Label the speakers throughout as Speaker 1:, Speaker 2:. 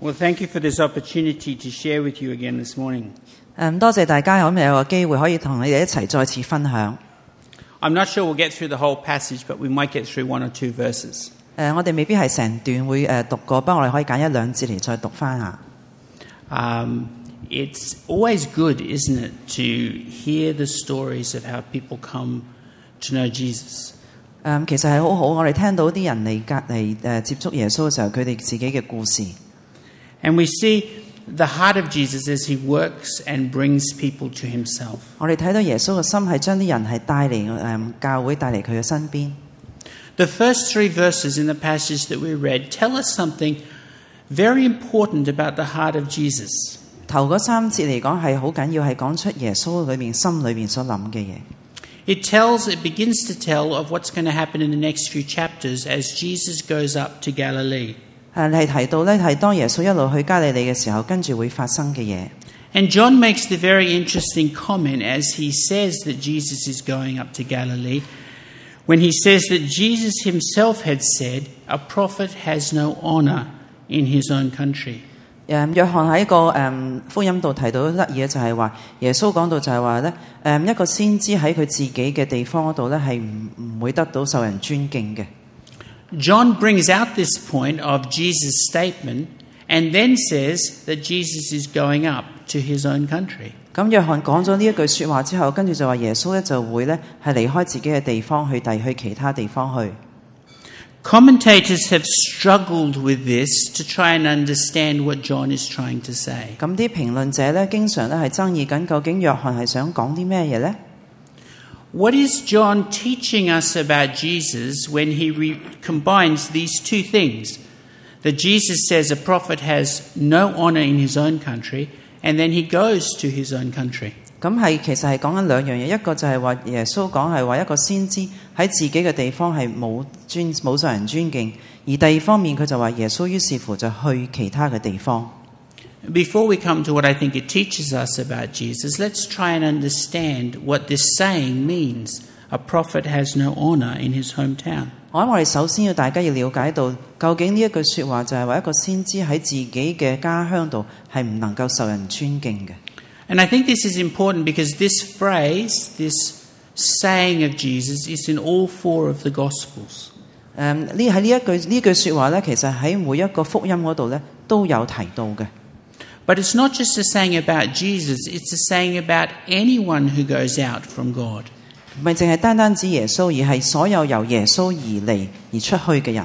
Speaker 1: Well, thank you for this opportunity to share with you again this morning.
Speaker 2: 誒呃咁多謝大家，咁有個機會可以同你哋一齊再次分享。
Speaker 1: I'm not sure we'll get through the whole passage, but we might get through one or two verses.
Speaker 2: 誒，呃我哋未必係成段會誒讀過，不過我哋可以揀一兩節嚟再讀翻下。
Speaker 1: Um, it's always good, isn't it, to hear the stories of how people come to know Jesus.
Speaker 2: 誒，呃其實係好好，我哋聽到啲人嚟隔嚟誒接觸耶穌嘅時候，佢哋自己嘅故事。
Speaker 1: And we see the heart of Jesus as he works and brings people to himself.
Speaker 2: 我哋睇到耶穌嘅心係將啲人係帶嚟誒教會，帶嚟佢嘅身邊。
Speaker 1: The first three verses in the passage that we read tell us something very important about the heart of Jesus.
Speaker 2: 頭嗰三節嚟講係好緊要，係講出耶穌裏面心裏面所諗嘅嘢。
Speaker 1: It tells, it begins to tell of what's going to happen in the next few chapters as Jesus goes up to Galilee.
Speaker 2: 呃誒，你係提到咧係當耶穌一路去加利利嘅時候，跟住會發生嘅嘢。
Speaker 1: And John makes the very interesting comment as he says that Jesus is going up to Galilee, when he says that Jesus himself had said, A prophet has no honor in his own country.
Speaker 2: 誒，約呃翰喺一個誒、嗯福音度提到得意嘅就係話，耶穌講到就係話咧，嗯誒一個先知喺佢自己嘅地方嗰度咧係唔唔會得到受人尊敬嘅。
Speaker 1: John brings out this point of Jesus' statement and then says that Jesus is going up to his own country.
Speaker 2: 咁約翰講咗呢一句説話之後，跟住就話耶穌咧就會咧係離開自己嘅地方去第去其他地方去。
Speaker 1: Commentators have struggled with this to try and understand what John is trying to say.
Speaker 2: 咁啲評論者咧經常咧係爭議緊，究竟約翰係想講啲咩嘢咧？
Speaker 1: What is John teaching us about Jesus when he re- combines these two things? That Jesus says a prophet has no honor in his own country, and then he goes to his own country.
Speaker 2: 咁係其實係講緊兩樣嘢，一個就係話耶穌講係話一個先知喺自己嘅地方係冇尊冇受人尊敬，而第二方面佢就話耶穌於是乎就去其他嘅地方。
Speaker 1: Before we come to what I think it teaches us about Jesus, let's try and understand what this saying means. A prophet has no honor in his hometown.
Speaker 2: 我諗我哋首先要大家要了解到，究竟呢一句説話就係話一個先知喺自己嘅家鄉度係唔能夠受人尊敬嘅。
Speaker 1: And I think this is important because this phrase, this saying of Jesus, is in all four of the Gospels.
Speaker 2: 誒呢喺呢一句呢句説話呢，其實喺每一個福音嗰度呢都有提到嘅。
Speaker 1: But it's not just a saying about Jesus, it's a saying about anyone who goes out from God.
Speaker 2: 唔係淨係單單指耶穌，而係所有由耶穌而嚟而出去嘅人。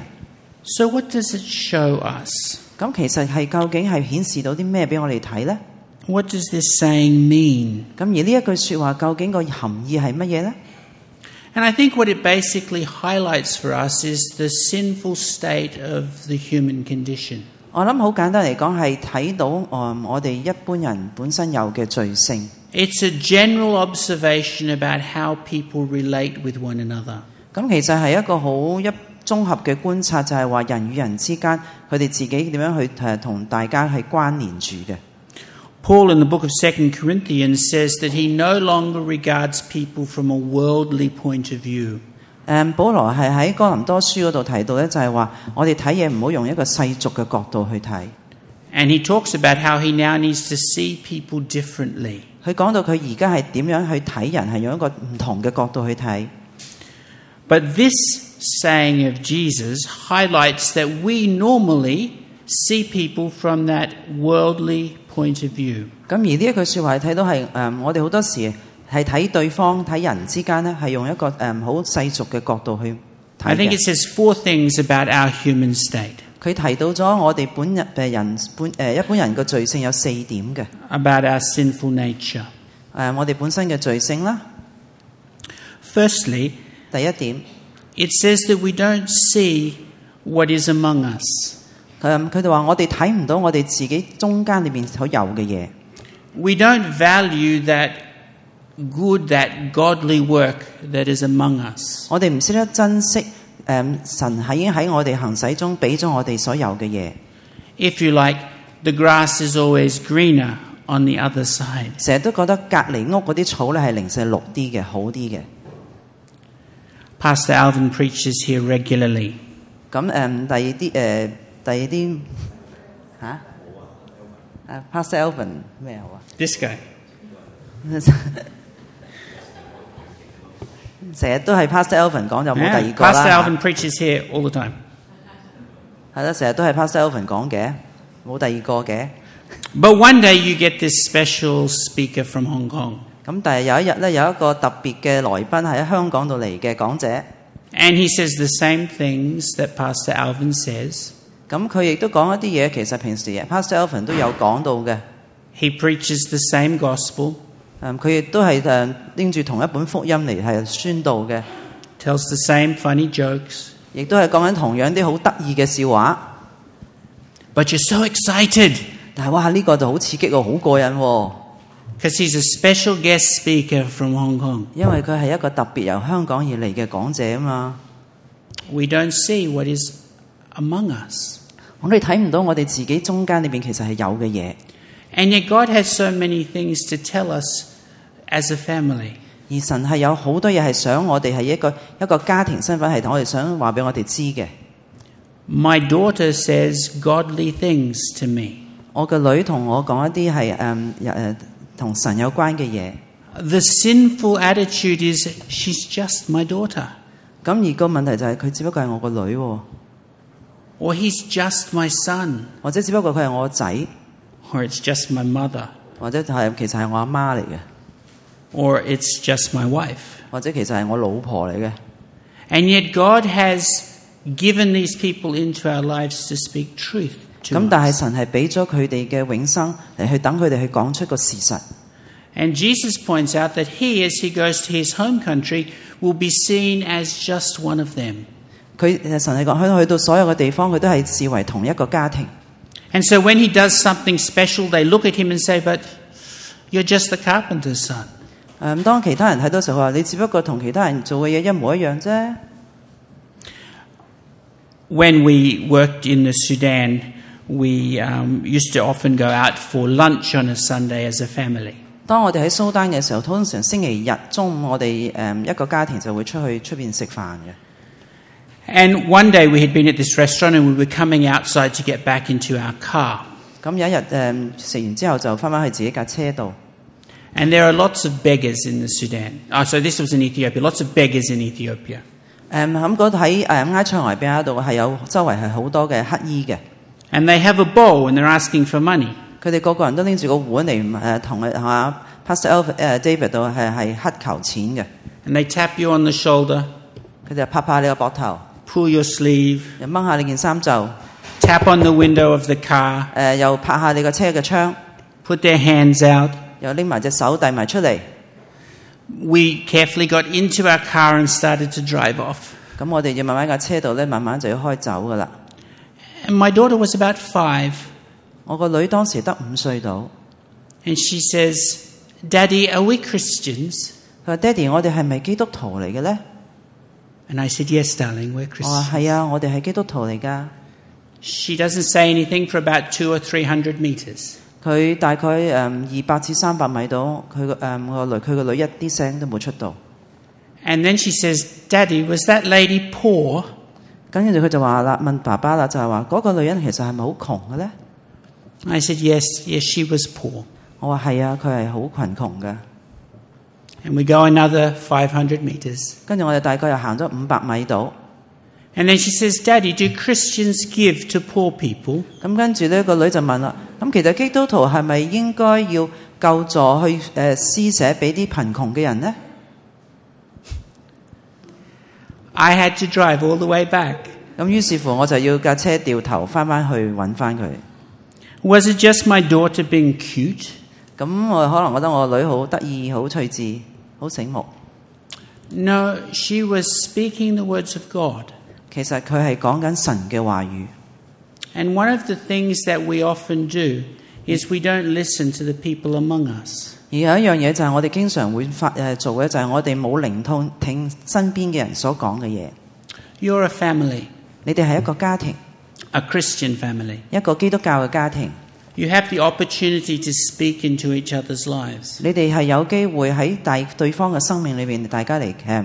Speaker 1: So, what does it show us?
Speaker 2: 咁其實係究竟係顯示到啲咩俾我哋睇呢？
Speaker 1: What does this saying mean?
Speaker 2: 咁而呢一句説話究竟個含義係乜嘢呢？
Speaker 1: And I think what it basically highlights for us is the sinful state of the human condition.
Speaker 2: 我諗好簡單嚟講係睇到嗯我哋一般人本身有嘅罪性，
Speaker 1: It's a general observation about how people relate with one another.
Speaker 2: 咁其實係一個好一綜合嘅觀察，就係話人與人之間佢哋自己點樣去誒同大家係關聯住嘅。
Speaker 1: Paul in the book of 2 Corinthians says that he no longer regards people from a worldly point of view.
Speaker 2: 誒，嗯保羅係喺哥林多書嗰度提到咧，就係話我哋睇嘢唔好用一個世俗嘅角度去睇。
Speaker 1: And he talks about how he now needs to see people differently.
Speaker 2: 佢講到佢而家係點樣去睇人，係用一個唔同嘅角度去睇。
Speaker 1: But this saying of Jesus highlights that we normally see people from that worldly point of view.
Speaker 2: 咁而呢一句説話睇到係誒、嗯我哋好多時係睇對方睇人之間咧，係用一個誒好、世俗嘅角度去
Speaker 1: I
Speaker 2: 睇
Speaker 1: think
Speaker 2: 嘅
Speaker 1: it says four things about our human state
Speaker 2: 佢提到咗我哋本日嘅人本誒、一般人嘅罪性有四點嘅誒、
Speaker 1: about our sinful nature.
Speaker 2: 我哋本身嘅罪性啦。
Speaker 1: Firstly,
Speaker 2: 第一點，
Speaker 1: it says that we don't see what is among us.
Speaker 2: 誒呃佢哋話我哋睇唔到我哋自己中間裏面所有嘅嘢，
Speaker 1: We don't value that good, that godly work that is among us.
Speaker 2: 我哋唔識得珍惜誒、神喺已經喺我哋行使中俾咗我哋所有嘅嘢。
Speaker 1: If you like, the grass is always greener on the other side.
Speaker 2: 成日都覺得隔離屋嗰啲草咧係零舍綠啲嘅，好啲嘅。
Speaker 1: Pastor Alvin preaches here
Speaker 2: 呃
Speaker 1: regularly.
Speaker 2: 咁誒、嗯第二啲誒、第二啲嚇啊，Pastor Elvin 咩好啊？
Speaker 1: This guy.
Speaker 2: 成日都係 Pastor Elvin 講就冇第
Speaker 1: Yeah,
Speaker 2: 二個
Speaker 1: Pastor
Speaker 2: 啦
Speaker 1: Alvin。preaches here all the time.
Speaker 2: 係啦，成日都係 Pastor Elvin 講嘅，冇第二個嘅。
Speaker 1: But one day you get this special speaker from Hong Kong,
Speaker 2: 咁但係有一日咧，有一個特別嘅來賓係喺香港度嚟嘅講者，
Speaker 1: and he says the same things that Pastor Alvin says.
Speaker 2: 咁佢亦都講一啲嘢，其實平時 Pastor Elvin 都有講到嘅。
Speaker 1: He preaches the same gospel,
Speaker 2: 誒，佢亦都係誒拎住同一本福音嚟係宣導嘅，
Speaker 1: tells the same funny jokes,
Speaker 2: 亦都係講緊同樣啲好得意嘅笑話。
Speaker 1: but you're so excited
Speaker 2: 但係哇，呢、個就好刺激喎，好過癮喎，
Speaker 1: because he's a special guest speaker from Hong Kong.
Speaker 2: 因為佢係一個特別由香港而嚟嘅講者啊嘛。
Speaker 1: We don't see what is among us.
Speaker 2: 我哋睇唔到我哋自己中間裏邊其實係有嘅嘢，
Speaker 1: And yet, God has so many things to tell us as a family.
Speaker 2: 而神係有好多嘢係想我哋係一個一個家庭身份係我哋想話俾我哋知嘅。
Speaker 1: My daughter says godly things to me.
Speaker 2: 我嘅女同我講一啲係誒誒同神有關嘅嘢，
Speaker 1: The sinful attitude is she's just my daughter,
Speaker 2: 咁而個問題就係、佢只不過係我個女喎，
Speaker 1: or he's just my son,
Speaker 2: 或者只不過佢係我仔，
Speaker 1: or it's just my mother,
Speaker 2: 或者係其實係我阿媽嚟嘅，
Speaker 1: or it's just my wife.
Speaker 2: 或者其實係我老婆嚟嘅。
Speaker 1: And yet, God has given these people into our lives to speak truth
Speaker 2: 咁
Speaker 1: to
Speaker 2: 但係
Speaker 1: us.
Speaker 2: 神係俾咗佢哋嘅永生嚟去等佢哋去講出個事實。
Speaker 1: And Jesus points out that he, as he goes to his home country, will be seen as just one of them.
Speaker 2: 佢神係講去去到所有嘅地方，佢都係視為同一個家庭。
Speaker 1: And so, when he does something special, they look at him and say, But you're just the carpenter's son.
Speaker 2: 誒咁當其他人睇到時候，佢話你只不過同其他人做嘅嘢一模一樣啫。
Speaker 1: When we worked in the Sudan, we um, used to often go out for lunch on a Sunday as a family.
Speaker 2: 當我哋喺蘇丹嘅時候，通常星期日中午，我哋誒一個家庭就會出去出邊食飯嘅。
Speaker 1: And one day we had been at this restaurant and we were coming outside to get back into our car.
Speaker 2: 咁有一日誒食完之後就翻返去自己架車度。
Speaker 1: And there are lots of beggars in the Sudan. Oh, so this was in Ethiopia. Lots of beggars in Ethiopia.
Speaker 2: 誒咁嗰度喺誒埃塞俄比亞度係有周圍係好多嘅乞衣嘅，
Speaker 1: And they have a bowl and they're asking for money.
Speaker 2: 佢哋個個人都拎住個碗嚟誒同佢嚇 Pastor Elf 誒 David 度係係乞求錢嘅，
Speaker 1: And they tap you on the shoulder,
Speaker 2: 佢就拍拍你個膊頭，
Speaker 1: pull your sleeve,
Speaker 2: 又掹下你件衫袖，
Speaker 1: tap on the window of the car,
Speaker 2: 誒又拍下你個車嘅窗，
Speaker 1: put their hands out.
Speaker 2: 又拎埋隻手遞埋出嚟。
Speaker 1: We carefully got into our car and started to drive off.
Speaker 2: 咁我哋要慢慢架車度咧，慢慢就要開走噶啦。
Speaker 1: And my daughter was about five,
Speaker 2: 我個女當時得五歲到，
Speaker 1: and she says, Daddy, are we Christians?
Speaker 2: 佢話：爹哋，我哋係咪基督徒嚟嘅咧？
Speaker 1: And I said, Yes, darling, we're
Speaker 2: 我
Speaker 1: Christians.
Speaker 2: 話係啊，我哋係基督徒嚟噶。
Speaker 1: She doesn't say anything for about two or three hundred meters.
Speaker 2: 佢大概誒二百至三百米度，佢個誒我個女佢個女一啲聲都冇出到。
Speaker 1: And then she says, Daddy, was that lady poor?
Speaker 2: 跟住佢就話啦，問爸爸啦，就係話嗰個女人其實係咪好窮嘅咧？
Speaker 1: I said, Yes, yes, she was poor.
Speaker 2: 我話係啊，佢係好貧窮嘅。
Speaker 1: And we go another 500 meters.
Speaker 2: 跟住我哋大概又行咗五百米度，
Speaker 1: And then she says, Daddy, do Christians give to poor people?
Speaker 2: 咁跟住呢個女就問啦，咁其實基督徒係咪應該要救助去誒、呃施捨俾啲貧窮嘅人呢？
Speaker 1: I had to drive all the way back.
Speaker 2: 咁於是乎我就要架車掉頭翻翻去揾翻佢。
Speaker 1: Was it just my daughter being cute?
Speaker 2: 咁我可能覺得我個女好得意、好趣致、好醒目。
Speaker 1: No, she was speaking the words of God.
Speaker 2: 其實佢係講緊神嘅話語。
Speaker 1: And one of the things that we often do is we don't listen to the people among us.
Speaker 2: 而有一樣嘢就係我哋經常會發誒、呃做嘅，就係我哋冇聆聽聽身邊嘅人所講嘅嘢。
Speaker 1: You're a family,
Speaker 2: 你哋係一個家庭，
Speaker 1: a Christian family.
Speaker 2: 一個基督教嘅家庭，
Speaker 1: You have the opportunity to speak into each other's lives.
Speaker 2: 你哋係有機會喺大對方嘅生命裏邊，大家嚟誒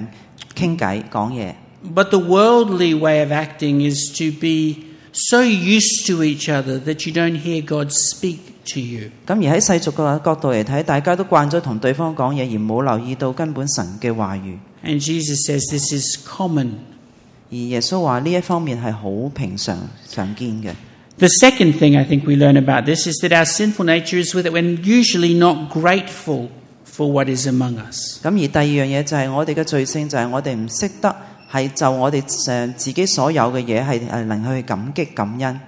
Speaker 2: 傾偈講嘢。
Speaker 1: But the worldly way of acting is to be so used to each other that you don't hear God speak to you.
Speaker 2: 咁而喺世俗嘅角度嚟睇，大家都慣咗同對方講嘢，而冇留意到根本神嘅話語。
Speaker 1: And Jesus says this is common.
Speaker 2: 而耶穌話呢一方面係好平常常見嘅。
Speaker 1: The second thing I think we learn about this is that our sinful nature is with it when usually not grateful for what is among us.
Speaker 2: 咁而第二樣嘢就係我哋嘅罪性，就係我哋唔識得係就我哋誒自己所有嘅嘢係誒能去感激感恩。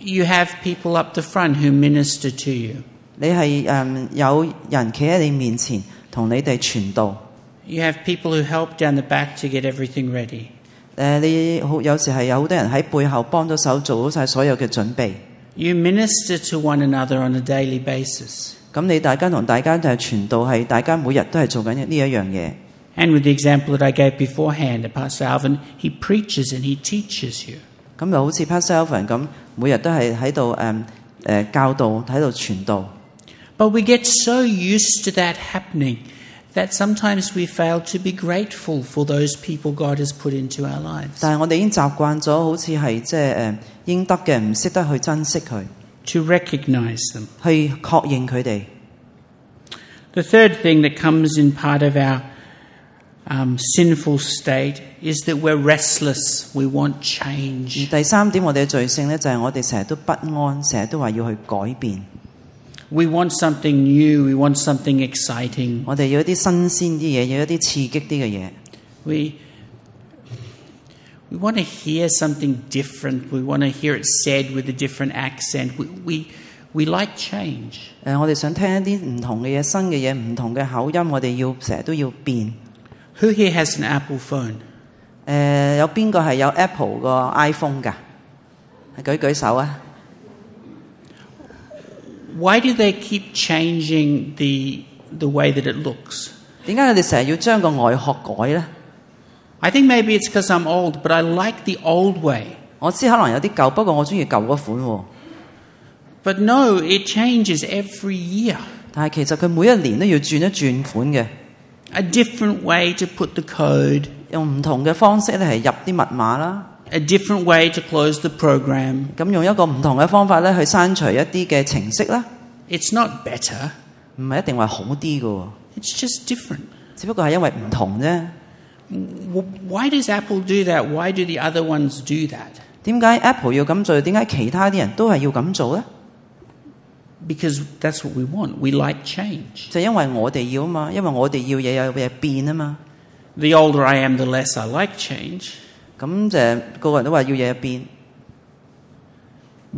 Speaker 1: You have people up the front who minister to you.
Speaker 2: 你係誒、嗯有人企喺你面前同你哋傳道，誒、
Speaker 1: You have people who help down the back to get everything ready.
Speaker 2: 呃你好有時係有好多人喺背後幫咗手做好晒所有嘅準備。
Speaker 1: You minister to one another on a daily basis.
Speaker 2: 咁你大家同大家就係傳道係大家每日都係做緊呢一樣嘢。
Speaker 1: And with the example that I gave beforehand of Pastor Alvin, he preaches and he teaches you.
Speaker 2: 咁就好似 Pastor Alvin 咁，每日都係喺度誒誒教導，喺度傳道。
Speaker 1: But we get so used to that happening that sometimes we fail to be grateful for those people God has put into our lives,
Speaker 2: 但係我哋已經習慣咗，好似係即係誒應得嘅，唔識得去珍惜佢，
Speaker 1: to recognize them.
Speaker 2: 去確認佢哋。
Speaker 1: The third thing that comes in part of our um, sinful state is that we're restless, we want
Speaker 2: 而
Speaker 1: change.
Speaker 2: 第三點，我哋嘅罪性呢，就係、我哋成日都不安，成日都話要去改變，
Speaker 1: We want something new, we want something exciting.
Speaker 2: 我哋要一啲新鮮啲嘢，要一啲刺激啲嘅嘢。
Speaker 1: We, we want to hear something different. We want to hear it said with a different accent. We, we, we like change.
Speaker 2: 誒、我哋想聽一啲唔同嘅嘢，新嘅嘢，唔同嘅口音，我哋要成日都要變。誒、
Speaker 1: Who here has an Apple phone?
Speaker 2: 有邊個係有 Apple 個 iPhone 㗎？舉舉手啊！
Speaker 1: Why do they keep changing the, the way that it looks?
Speaker 2: 點解我哋成日要將個外殼改呢？
Speaker 1: I think maybe it's because I'm old, but I like the old way.
Speaker 2: 我知可能有啲舊，不過我中意舊嗰款喎。
Speaker 1: But no, it changes every year.
Speaker 2: 但係其實佢每一年都要轉一轉款嘅，
Speaker 1: A different way to put the code,
Speaker 2: 用唔同嘅方式咧係入啲密碼啦，
Speaker 1: a different way to close the program.
Speaker 2: 咁用一個唔同嘅方法咧去刪除一啲嘅程式啦，
Speaker 1: It's not better,
Speaker 2: 唔係一定話好啲嘅喎，
Speaker 1: it's just different.
Speaker 2: 只不過係因為唔同啫。
Speaker 1: W- Why does Apple do that? Why do the other ones do that?
Speaker 2: 點解 Apple 要咁做？點解其他啲人都係要咁做呢？
Speaker 1: Because that's what we want. We like change.
Speaker 2: 就因為我哋要啊嘛，因為我哋要嘢有嘢變啊嘛。
Speaker 1: The older I am, the less I like change.
Speaker 2: 咁就個個人都話要嘢變，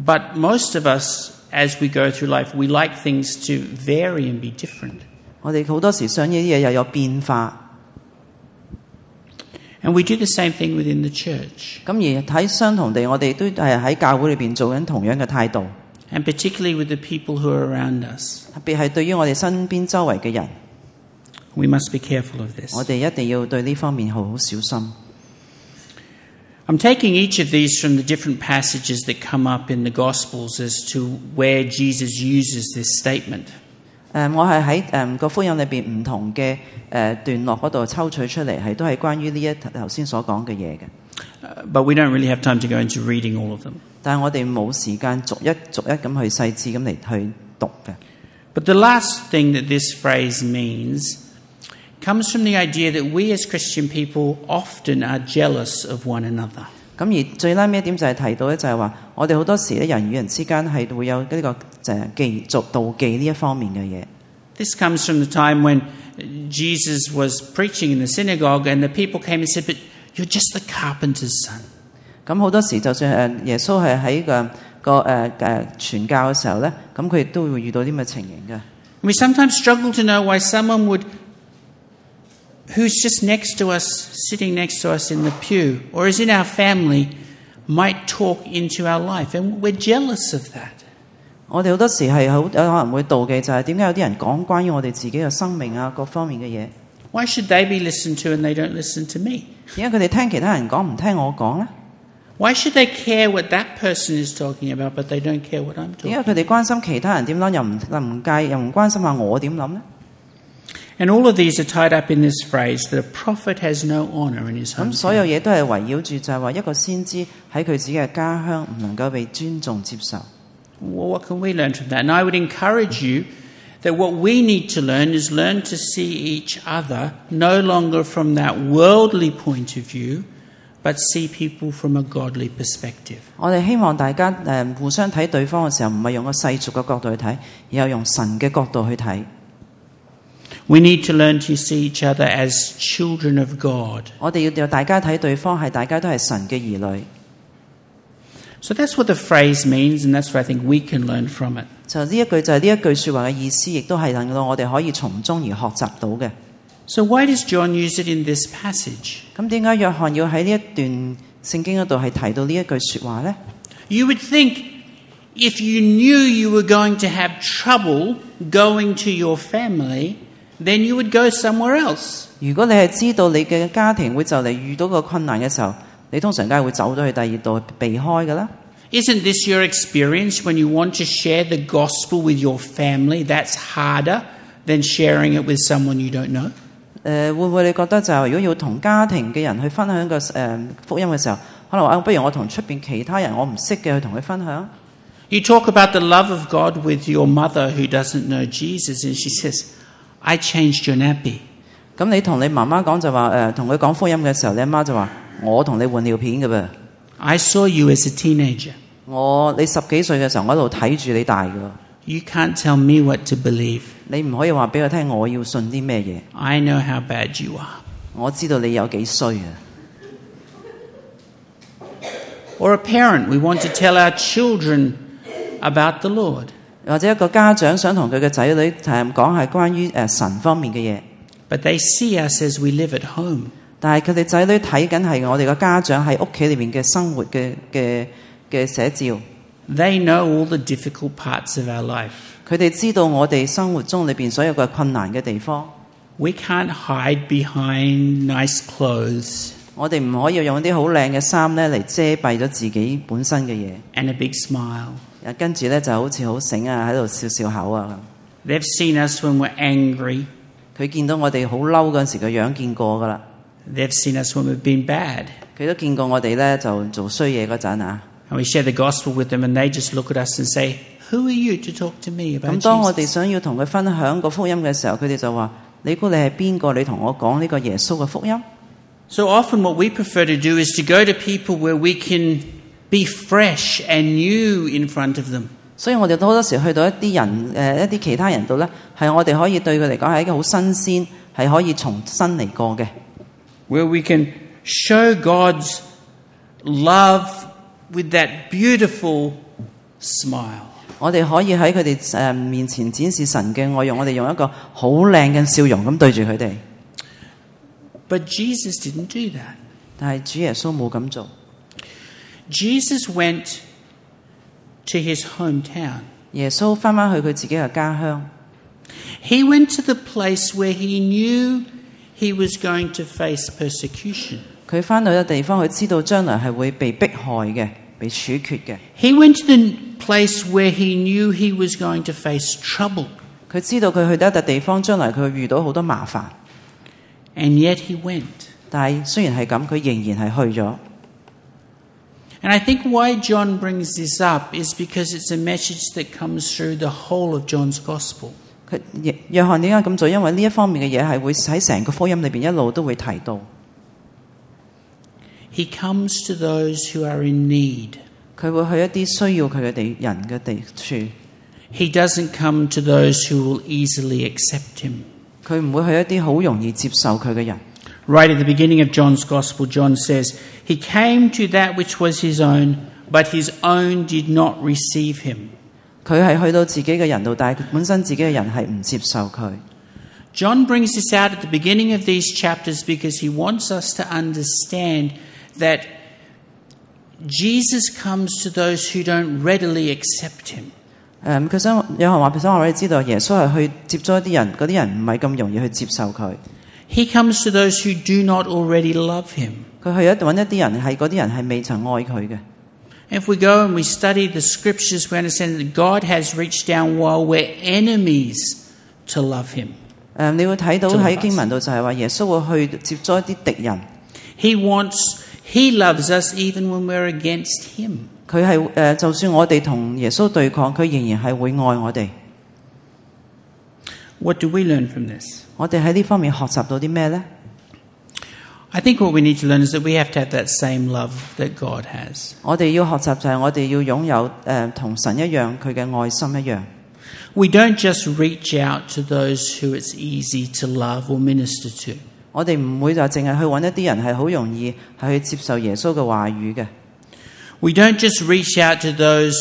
Speaker 1: But most of us, as we go through life, we like things to vary and be different.
Speaker 2: 我哋好多時想要啲嘢又有變化。
Speaker 1: And we do the same thing within the church,
Speaker 2: 咁而睇相同地，我哋都係喺教會裏邊做緊同樣嘅態度，
Speaker 1: and particularly with the people who are around us.
Speaker 2: 特別係對於我哋身邊周圍嘅人。
Speaker 1: We must be careful of this.
Speaker 2: 我哋一定要對呢方面好好小心。
Speaker 1: I'm taking each of these from the different passages that come up in the Gospels as to where Jesus uses this statement.
Speaker 2: 誒、呃我係喺誒個福音裏邊唔同嘅誒、呃段落嗰度抽取出嚟，係都係關於呢一頭先所講嘅嘢嘅。
Speaker 1: Uh, but we don't really have time to go into reading all of them.
Speaker 2: 但係我哋冇時間逐一逐一咁去細緻咁嚟去讀嘅。
Speaker 1: But the last thing that this phrase means comes from the idea that we as Christian people often are jealous of one another.
Speaker 2: 咁而最拉尾一點就係提到咧，就係話我哋好多時咧人與人之間係會有呢個就係忌逐妒忌呢一方面嘅嘢。
Speaker 1: This comes from the time when Jesus was preaching in the synagogue and the people came and said, But you're just the carpenter's son.
Speaker 2: 咁好多時就算誒耶穌係喺個個誒誒傳呃教嘅時候咧，咁佢亦都會遇到啲咁嘅情形嘅。
Speaker 1: And we sometimes struggle to know why someone would, who's just next to us, sitting next to us in the pew, or is in our family, might talk into our life. And we're jealous of that.
Speaker 2: 我哋好多時係好有可能會妒忌，就係點解有啲人講關於我哋自己嘅生命啊各方面嘅嘢，
Speaker 1: Why should they be listened to and they don't listen to me?
Speaker 2: 點解佢哋聽其他人講唔聽我講呢？
Speaker 1: Why should they care what that person is talking about, but they don't care what I'm talking
Speaker 2: 點
Speaker 1: about?
Speaker 2: 解佢哋關心其他人點諗，又唔唔介又唔關心下我點諗呢？
Speaker 1: And all of these are tied up in this phrase that a prophet has no honor in his
Speaker 2: 咁
Speaker 1: home.
Speaker 2: 所有嘢都係圍繞住就係話一個先知喺佢自己嘅家鄉唔能夠被尊重接受。
Speaker 1: well, what can we learn from that? And I would encourage you that what we need to learn is learn to see each other no longer from that worldly point of view, but see people from a godly perspective.
Speaker 2: 我哋希望大家誒、呃互相睇對方嘅時候，唔係用個世俗嘅角度去睇，而係用神嘅角度去睇。
Speaker 1: We need to learn to see each other as children of God.
Speaker 2: 我哋要大家睇對方係大家都係神嘅兒女，
Speaker 1: So that's what the phrase means, and that's what I think we can learn from it.
Speaker 2: 就呢一句就係呢一句説話嘅意思，亦都係令到我哋可以從中而學習到嘅。
Speaker 1: So, why does John use it in this passage?
Speaker 2: 咁點解約翰要喺呢一段聖經嗰度係提到呢一句説話呢？
Speaker 1: You would think if you knew you were going to have trouble going to your family, then you would go somewhere else.
Speaker 2: 如果你係知道你嘅家庭會就嚟遇到個困難嘅時候，你通常梗係會走咗去第二度避開㗎啦。
Speaker 1: Isn't this your experience when you want to share the gospel with your family? That's harder than sharing it with someone you don't know.
Speaker 2: 誒、會唔會你覺得就係如果要同家庭嘅人去分享個誒、福音嘅時候，可能話啊，不如我同出邊其他人我唔識嘅去同佢分享。
Speaker 1: You talk about the love of God with your mother who doesn't know Jesus, and she says, I changed your nappy.
Speaker 2: 咁你同你媽媽講就話誒，同佢講福音嘅時候，你阿媽就話：我同你換尿片嘅噃，
Speaker 1: I saw you as a teenager.
Speaker 2: 我你十幾歲嘅時候，我一路睇住你大嘅喎，
Speaker 1: You can't tell me what to believe.
Speaker 2: 你唔可以話俾我聽我要信啲咩嘢，
Speaker 1: I know how bad you are.
Speaker 2: 我知道你有幾衰啊！
Speaker 1: Or a parent, we want to tell our children about the Lord.
Speaker 2: 或者一個家長想同佢嘅仔女嗯誒講係關於誒呃神方面嘅嘢，
Speaker 1: But they see us as we live at home.
Speaker 2: 但係佢哋仔女睇緊係我哋個家長喺屋企裏面嘅生活嘅嘅嘅寫照，
Speaker 1: They know all the difficult parts of our life.
Speaker 2: 佢哋知道我哋生活中裏邊所有嘅困難嘅地方，
Speaker 1: We can't hide behind nice clothes
Speaker 2: 我哋唔可以用啲好靚嘅衫咧嚟遮蔽咗自己本身嘅嘢。
Speaker 1: and a big smile.
Speaker 2: 啊跟住咧就好似好醒啊，喺度笑笑口啊。
Speaker 1: They've seen us when we're angry.
Speaker 2: 佢見到我哋好嬲嗰陣時個樣，見過噶啦。
Speaker 1: They've seen us when we've been bad.
Speaker 2: 佢都見過我哋咧就做衰嘢嗰陣啊。
Speaker 1: And we share the gospel with them and they just look at us and say, Who are you to talk to me about
Speaker 2: 咁當我哋
Speaker 1: Jesus?
Speaker 2: 想要同佢分享個福音嘅時候，佢哋就話：你估你係邊個？你同我講呢個耶穌嘅福音？
Speaker 1: So often, what we prefer to do is to go to people where we can be fresh and new in front of them.
Speaker 2: 所以我哋好多時去到一啲人誒、呃一啲其他人度咧，係我哋可以對佢嚟講係一個好新鮮，係可以重新嚟過嘅。
Speaker 1: where we can show God's love with that beautiful smile.
Speaker 2: 我哋可以喺佢哋誒面前展示神嘅愛，用我哋用一個好靚嘅笑容咁對住佢哋。
Speaker 1: But Jesus didn't do that.
Speaker 2: 但係主耶穌冇咁做，
Speaker 1: Jesus went to his hometown,
Speaker 2: 耶穌翻返去佢自己嘅家鄉，
Speaker 1: he went to the place where he knew he was going to face persecution.
Speaker 2: 佢翻到嘅地方，佢知道將來係會被迫害嘅，被處決嘅。
Speaker 1: He went to the place where he knew he was going to face trouble,
Speaker 2: 佢知道佢去到一笪地方，將來佢會遇到好多麻煩，
Speaker 1: and yet he went.
Speaker 2: 但係雖然係咁，佢仍然係去咗。
Speaker 1: And I think why John brings this up is because it's a message that comes through the whole of John's gospel.
Speaker 2: 佢約約翰點解咁做？因為呢一方面嘅嘢係會喺成個福音裏邊一路都會提到。
Speaker 1: He comes to those who are in need.
Speaker 2: 佢會去一啲需要佢嘅地人嘅地處，
Speaker 1: He doesn't come to those who will easily accept him.
Speaker 2: 佢唔會去一啲好容易接受佢嘅人。
Speaker 1: Right at the beginning of John's gospel, John says, He came to that which was his own, but his own did not receive him.
Speaker 2: 佢係去到自己嘅人度，但係本身自己嘅人係唔接受佢。
Speaker 1: John brings this out at the beginning of these chapters because he wants us to understand that Jesus comes to those who don't readily accept him.
Speaker 2: 誒、佢想有人話，想話俾你知道，耶穌係去接觸一啲人，嗰啲人唔係咁容易去接受佢。
Speaker 1: He comes to those who do not already love him.
Speaker 2: 佢去一揾一啲人，係嗰啲人係未曾愛佢嘅。
Speaker 1: If we go and we study the scriptures, we understand that God has reached down while we're enemies to love him.
Speaker 2: 誒、你會睇到
Speaker 1: 真係
Speaker 2: 喺經文度就係話，耶穌會去接觸一啲敵人，
Speaker 1: He wants, he loves us even when we're against him.
Speaker 2: 佢係誒，就算我哋同耶穌對抗，佢仍然係會愛我哋。
Speaker 1: What do we learn from this?
Speaker 2: 我哋喺呢方面學習到啲咩呢？
Speaker 1: I think what we need to learn is that we have to have that same love that God has.
Speaker 2: 我哋要學習就係我哋要擁有誒、呃同神一樣佢嘅愛心一樣。
Speaker 1: We don't just reach out to those who it's easy to love or minister to.
Speaker 2: 我哋唔會就淨係去揾一啲人係好容易係去接受耶穌嘅話語嘅。
Speaker 1: We don't just reach out to those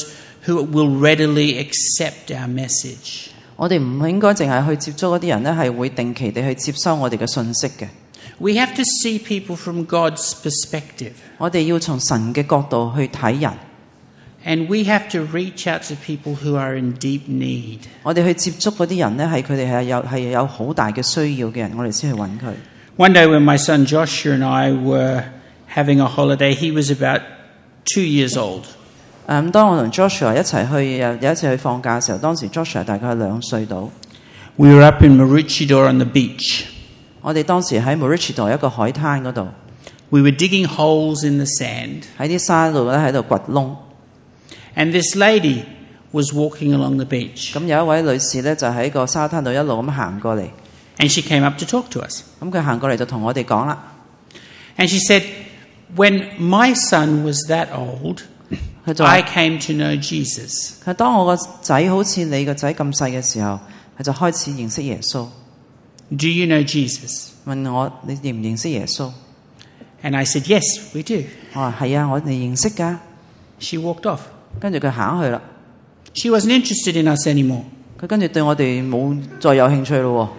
Speaker 1: who will readily accept our message.
Speaker 2: 我哋唔應該淨係去接觸嗰啲人呢，係會定期地去接收我哋嘅信息嘅。
Speaker 1: We have to see people from God's perspective,
Speaker 2: 我哋要從神嘅角度去睇人，
Speaker 1: and we have to reach out to people who are in deep need.
Speaker 2: 我哋去接觸嗰啲人呢，係佢哋係有係有好大嘅需要嘅人，我哋先去揾佢。
Speaker 1: One day when my son Joshua and I were having a holiday, he was about two years old.
Speaker 2: 誒嗯咁當我同 Joshua 一齊去有有一次去放假嘅時候，當時 Joshua 大概兩歲到，
Speaker 1: We were up in Maroochydore on the beach.
Speaker 2: 我哋當時喺 m o r i c h i d o 一個海灘嗰度，
Speaker 1: We were digging holes in the sand,
Speaker 2: 喺啲沙度咧喺度掘窿。
Speaker 1: and this lady was walking along the beach,
Speaker 2: 咁有一位女士咧就喺個沙灘度一路咁行過嚟，
Speaker 1: and she came up to talk to us.
Speaker 2: 咁佢行過嚟就同我哋講啦，
Speaker 1: And she said, When my son was that old,
Speaker 2: 佢就話
Speaker 1: I came to know Jesus.
Speaker 2: 佢當我個仔好似你個仔咁細嘅時候，佢就開始認識耶穌，
Speaker 1: Do you know Jesus?
Speaker 2: 問我你認唔認識耶穌？
Speaker 1: And I said, Yes, we do.
Speaker 2: 我話係啊，我哋認識㗎。
Speaker 1: She walked off.
Speaker 2: 跟住佢行去啦，
Speaker 1: She wasn't interested in us anymore.
Speaker 2: 佢跟住對我哋冇再有興趣咯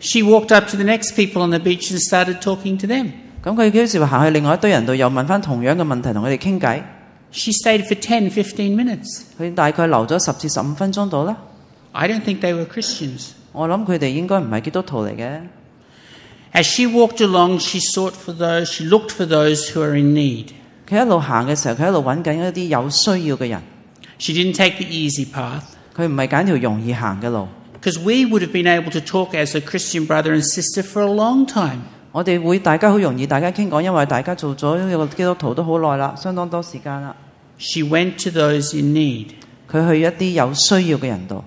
Speaker 1: She walked up to the next people on the beach and started talking to them.
Speaker 2: 喎。咁佢於是乎行去另外一堆人度，又問翻同樣嘅問題，同佢哋傾偈。
Speaker 1: She stayed for 10, 15 minutes.
Speaker 2: 佢大概留咗十至十五分鐘到啦。
Speaker 1: I don't think they were Christians.
Speaker 2: 我諗佢哋應該唔係基督徒嚟嘅。
Speaker 1: As she walked along, she sought for those, she looked for those who are in need.
Speaker 2: 佢一路行嘅時候，佢一路揾緊一啲有需要嘅人。
Speaker 1: She didn't take the easy path,
Speaker 2: 佢唔係揀條容易行嘅路。
Speaker 1: because we would have been able to talk as a Christian brother and sister for a long time.
Speaker 2: 我哋會大家好容易大家傾講，因為大家做咗呢個基督徒都好耐啦，相當多時間啦。
Speaker 1: She went to those in need.
Speaker 2: 佢去一啲有需要嘅人度。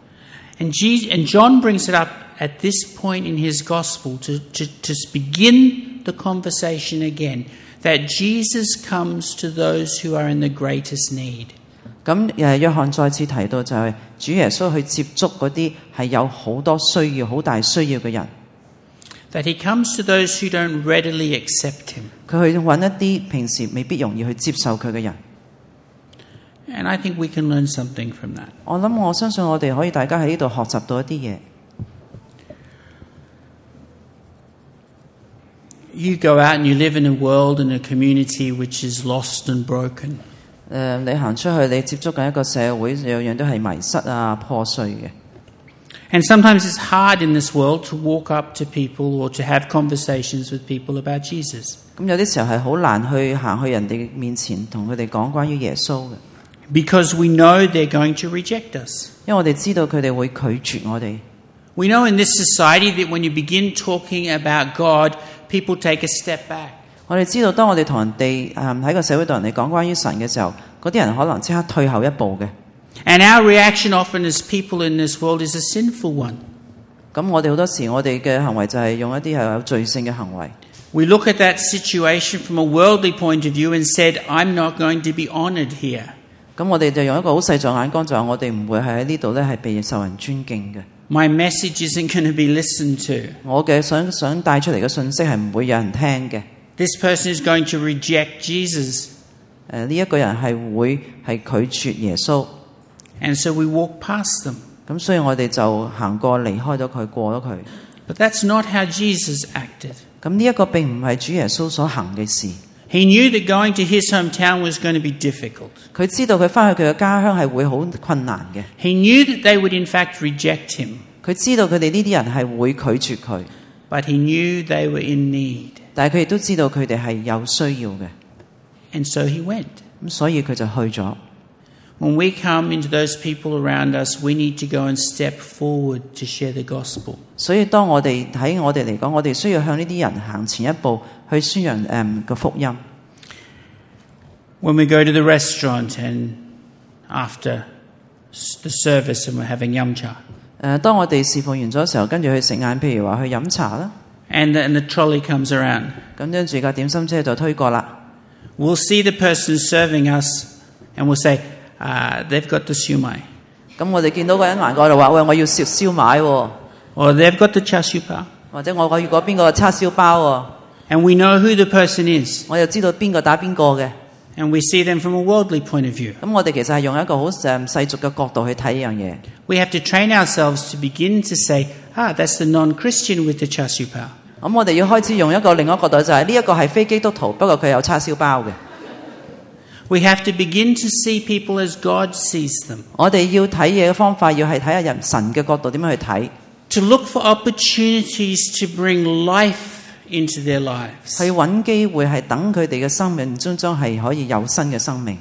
Speaker 1: And, Jesus, and John brings it up at this point in his gospel to, to, to begin the conversation again that Jesus comes to those who are in the greatest need.
Speaker 2: 咁誒，約翰再次提到就係、主耶穌去接觸嗰啲係有好多需要、好大需要嘅人，
Speaker 1: That he comes to those who don't readily accept him.
Speaker 2: 佢去揾一啲平時未必容易去接受佢嘅人。
Speaker 1: And I think we can learn something from that.
Speaker 2: 我諗我相信我哋可以大家喺呢度學習到一啲嘢。
Speaker 1: You go out and you live in a world and a community which is lost and broken.
Speaker 2: 誒、呃你行出去，你接觸緊一個社會，樣樣都係迷失啊、破碎嘅。
Speaker 1: And sometimes it's hard in this world to walk up to people or to have conversations with people about Jesus
Speaker 2: 咁有啲時候係好難去行去人哋面前同佢哋講關於耶穌嘅，
Speaker 1: because we know they're going to reject us.
Speaker 2: 因為我哋知道佢哋會拒絕我哋。
Speaker 1: We know in this society that when you begin talking about God, people take a step back.
Speaker 2: 我哋知道當我哋同人哋誒喺個社會度人哋講關於神嘅時候，嗰啲人可能即刻退後一步嘅。
Speaker 1: And our reaction often as people in this world is a sinful one.
Speaker 2: 咁我哋好多時我哋嘅行為就係用一啲係有罪性嘅行為。
Speaker 1: We look at that situation from a worldly point of view and said, I'm not going to be honored here.
Speaker 2: 咁我哋就用一個好細嘅眼光，就係我哋唔會係喺呢度咧係被受人尊敬嘅。
Speaker 1: My message isn't going to be listened to.
Speaker 2: 我嘅想想帶出嚟嘅信息係唔會有人聽嘅。
Speaker 1: This person is going to reject Jesus.
Speaker 2: 誒呢一個人係會係拒絕耶穌，
Speaker 1: And so we walk past them.
Speaker 2: 咁所以我哋就行過離開咗佢，過咗佢。
Speaker 1: But that's not how Jesus acted.
Speaker 2: 咁呢一個並唔係主耶穌所行嘅事，
Speaker 1: He knew that going to his hometown was going to be difficult.
Speaker 2: 佢知道佢翻去佢嘅家鄉係會好困難嘅，
Speaker 1: He knew that they would, in fact, reject him.
Speaker 2: 佢知道佢哋呢啲人係會拒絕佢，
Speaker 1: But he knew they were in need,
Speaker 2: 但係佢亦都知道佢哋係有需要嘅，
Speaker 1: and so he went.
Speaker 2: 咁所以佢就去咗。
Speaker 1: When we come into those people around us, we need to go and step forward to share the gospel.
Speaker 2: 所以當我哋喺我哋嚟講，我哋嗯需要向呢啲人行前一步去宣揚誒個、福音。
Speaker 1: When we go to the restaurant and after s- the service and we're having yum cha,
Speaker 2: 誒，當我哋侍奉完咗嘅時候，跟住去食晏，譬如話去飲茶啦，
Speaker 1: and the, and the trolley comes around,
Speaker 2: 咁跟住架點心車就推過啦。
Speaker 1: we'll see the person serving us and we'll say, ah, they've got the shumai,
Speaker 2: 咁我哋見到個人行過嚟話：喂，我要燒燒賣喎，
Speaker 1: or they've got the chasupa.
Speaker 2: 或者我我要嗰邊個叉燒包
Speaker 1: And we know who the person is,
Speaker 2: 喎，我就知道邊個打邊個嘅。
Speaker 1: and we see them from a worldly point of view.
Speaker 2: 咁我哋其實係用一個好誒世俗嘅角度去睇呢樣嘢。
Speaker 1: We have to train ourselves to begin to say, ah, that's the non Christian with the chasupa.
Speaker 2: 咁我哋要開始用一個另一個角度，就係呢一個係非基督徒，不過佢有叉燒包嘅。
Speaker 1: We have to begin to see people as God sees them,
Speaker 2: 我哋要睇嘢嘅方法，要係睇下人神嘅角度點樣去睇，
Speaker 1: to look for opportunities to bring life into their
Speaker 2: 去
Speaker 1: lives.
Speaker 2: 揾機會係等佢哋嘅生命中中係可以有新嘅生命。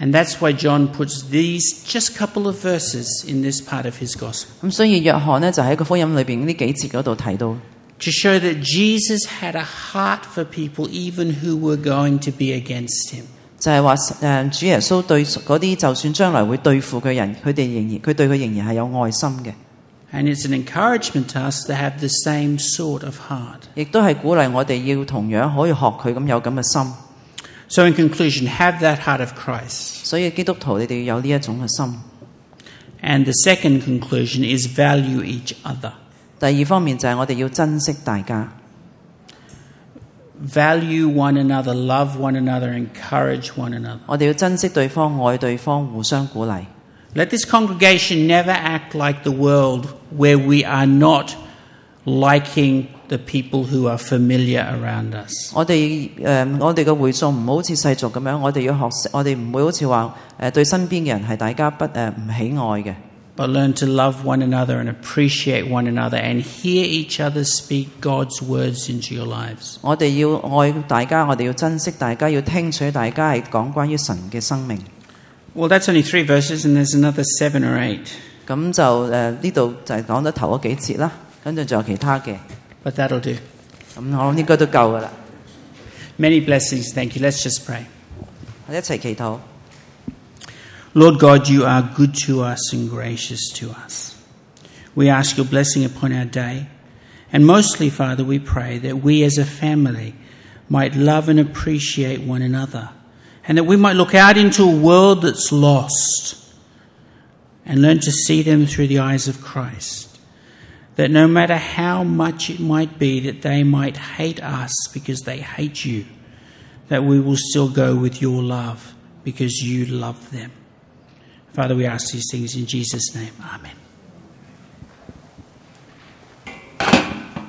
Speaker 1: And that's why John puts these just couple of verses in this part of his gospel
Speaker 2: 咁所以約翰呢，就喺個福音裏邊呢幾節嗰度提到，
Speaker 1: to show that Jesus had a heart for people even who were going to be against him.
Speaker 2: 就係話誒主耶穌對嗰啲就算將來會對付嘅人，佢哋仍然佢對佢仍然係有愛心嘅，
Speaker 1: And it's an encouragement to us to have the same sort of heart.
Speaker 2: 亦都係鼓勵我哋要同樣可以學佢咁有咁嘅心。
Speaker 1: So, in conclusion, have that heart of Christ.
Speaker 2: 所以基督徒你哋要有呢一種嘅心。
Speaker 1: And the second conclusion is value each other.
Speaker 2: 第二方面就係我哋要珍惜大家，
Speaker 1: Value one another, love one another, encourage one another.
Speaker 2: 我哋要珍惜對方、愛對方、互相鼓勵。
Speaker 1: Let this congregation never act like the world where we are not liking the people who are familiar around us.
Speaker 2: 我哋誒、呃我哋嘅會眾唔好似世俗咁樣，我哋要學識，我哋唔會好似話誒對身邊嘅人係大家不誒唔、喜愛嘅，
Speaker 1: But learn to love one another and appreciate one another and hear each other speak God's words into your lives.
Speaker 2: 我哋要愛大家，我哋要珍惜大家，要聽取大家係講關於神嘅生命。
Speaker 1: Well, that's only three verses, and there's another seven or eight,
Speaker 2: 咁就誒呢度就係講咗頭嗰幾節啦，跟住仲有其他嘅，咁
Speaker 1: but that'll do.
Speaker 2: 我諗應該都夠噶啦，
Speaker 1: Many blessings. Thank you. Let's just pray.
Speaker 2: 我哋一齊祈禱。
Speaker 1: Lord God, you are good to us and gracious to us. We ask your blessing upon our day. And mostly, Father, we pray that we as a family might love and appreciate one another. And that we might look out into a world that's lost and learn to see them through the eyes of Christ. That no matter how much it might be that they might hate us because they hate you, that we will still go with your love because you love them. Father, we ask these things in Jesus' name. Amen.